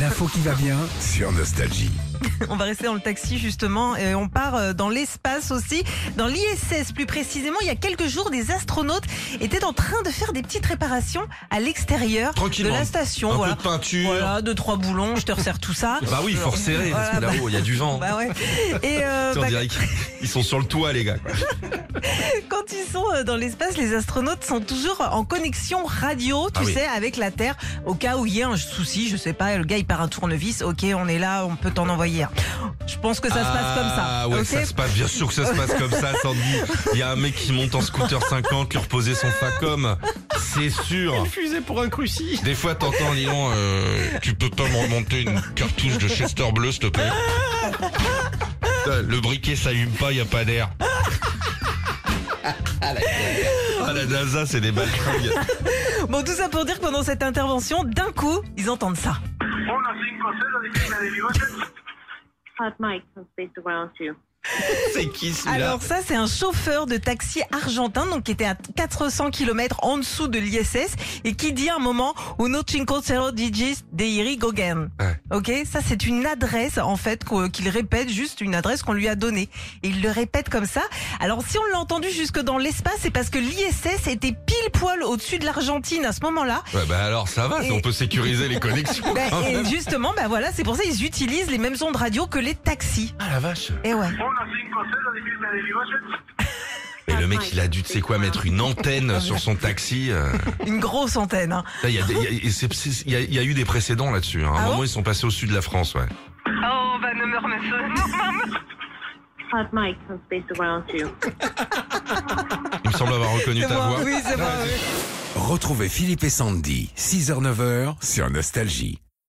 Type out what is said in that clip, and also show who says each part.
Speaker 1: L'info qui va bien sur Nostalgie.
Speaker 2: On va rester dans le taxi justement et on part euh, dans l'espace aussi, dans l'ISS plus précisément. Il y a quelques jours, des astronautes étaient en train de faire des petites réparations à l'extérieur de
Speaker 3: Tranquillement.
Speaker 2: la station.
Speaker 3: Un
Speaker 2: voilà.
Speaker 3: peu de peinture.
Speaker 2: Voilà, deux trois boulons, je te resserre tout ça.
Speaker 3: Bah oui, fort serré, parce que
Speaker 2: Voilà, bah-
Speaker 3: là-haut, il y a du vent.
Speaker 2: Bah ouais. Et euh,
Speaker 3: Tu sais, on
Speaker 2: bah,
Speaker 3: dirait qu'ils sont sur le toit, les gars. quoi.
Speaker 2: quand ils sont euh, dans l'espace, les astronautes sont toujours en connexion radio, tu
Speaker 3: Ah oui.
Speaker 2: sais, avec la Terre, au cas où il y a un souci, je sais pas, le gars il part un tournevis, ok, on est là, on peut t'en envoyer. un. Je pense que ça se passe comme ça.
Speaker 3: Ah ouais,
Speaker 2: ok
Speaker 3: ça se passe, bien sûr que ça se passe comme ça, Sandy. Il y a un mec qui monte en scooter 50, lui reposer son facom. C'est sûr.
Speaker 4: fusée pour un cruci.
Speaker 3: Des fois, t'entends, dis donc, euh, tu peux pas me remonter une cartouche de Chester Bleu, s'il te plaît Putain, Le briquet s'allume pas, y a pas d'air. Ah, la NASA, c'est des baltringues.
Speaker 2: Bon, tout ça pour dire que pendant cette intervention, d'un coup, ils entendent ça.
Speaker 5: 150 de Cristina de Bigotes.
Speaker 6: Hot mic, some space around you.
Speaker 3: C'est qui celui-là
Speaker 2: Alors ça, c'est un chauffeur de taxi argentin, donc qui était à 400 km en dessous de l'ISS, et qui dit à un moment « Uno cinco zero digis de Iri Gogen
Speaker 3: Ouais.
Speaker 2: Ok, ça c'est une adresse en fait qu'o- qu'il répète, juste une adresse qu'on lui a donnée. Et il le répète comme ça. Alors si on l'a entendu jusque dans l'espace, c'est parce que l'ISS était pile poil au-dessus de l'Argentine à ce moment-là.
Speaker 3: Ouais, bah alors ça va, on peut sécuriser les connexions.
Speaker 2: Bah,
Speaker 3: Oh, quand
Speaker 2: et
Speaker 3: même.
Speaker 2: justement, bah voilà, c'est pour ça ils utilisent les mêmes ondes radio que les taxis.
Speaker 3: Ah la vache.
Speaker 2: Et ouais.
Speaker 5: 150 de Cristina de Bigotes.
Speaker 3: Mais le mec, il a dû, tu sais quoi, mettre une antenne sur son taxi. euh.
Speaker 2: Une grosse antenne. hein.
Speaker 3: Là, Il y, a des- il y a- et c'est- c'est- il y a- il y a eu des précédents là-dessus. hein. À un
Speaker 2: Ah
Speaker 3: moment,
Speaker 2: bon
Speaker 3: ils sont passés au sud de la France, ouais.
Speaker 2: Oh, bah ne me
Speaker 6: Hot mic, some space around you.
Speaker 3: Il me semble avoir reconnu
Speaker 2: C'est
Speaker 3: ta
Speaker 2: moi,
Speaker 3: voix.
Speaker 2: oui, c'est moi. oui.
Speaker 1: Retrouvez Philippe et Sandy, 6h-9h sur Nostalgie.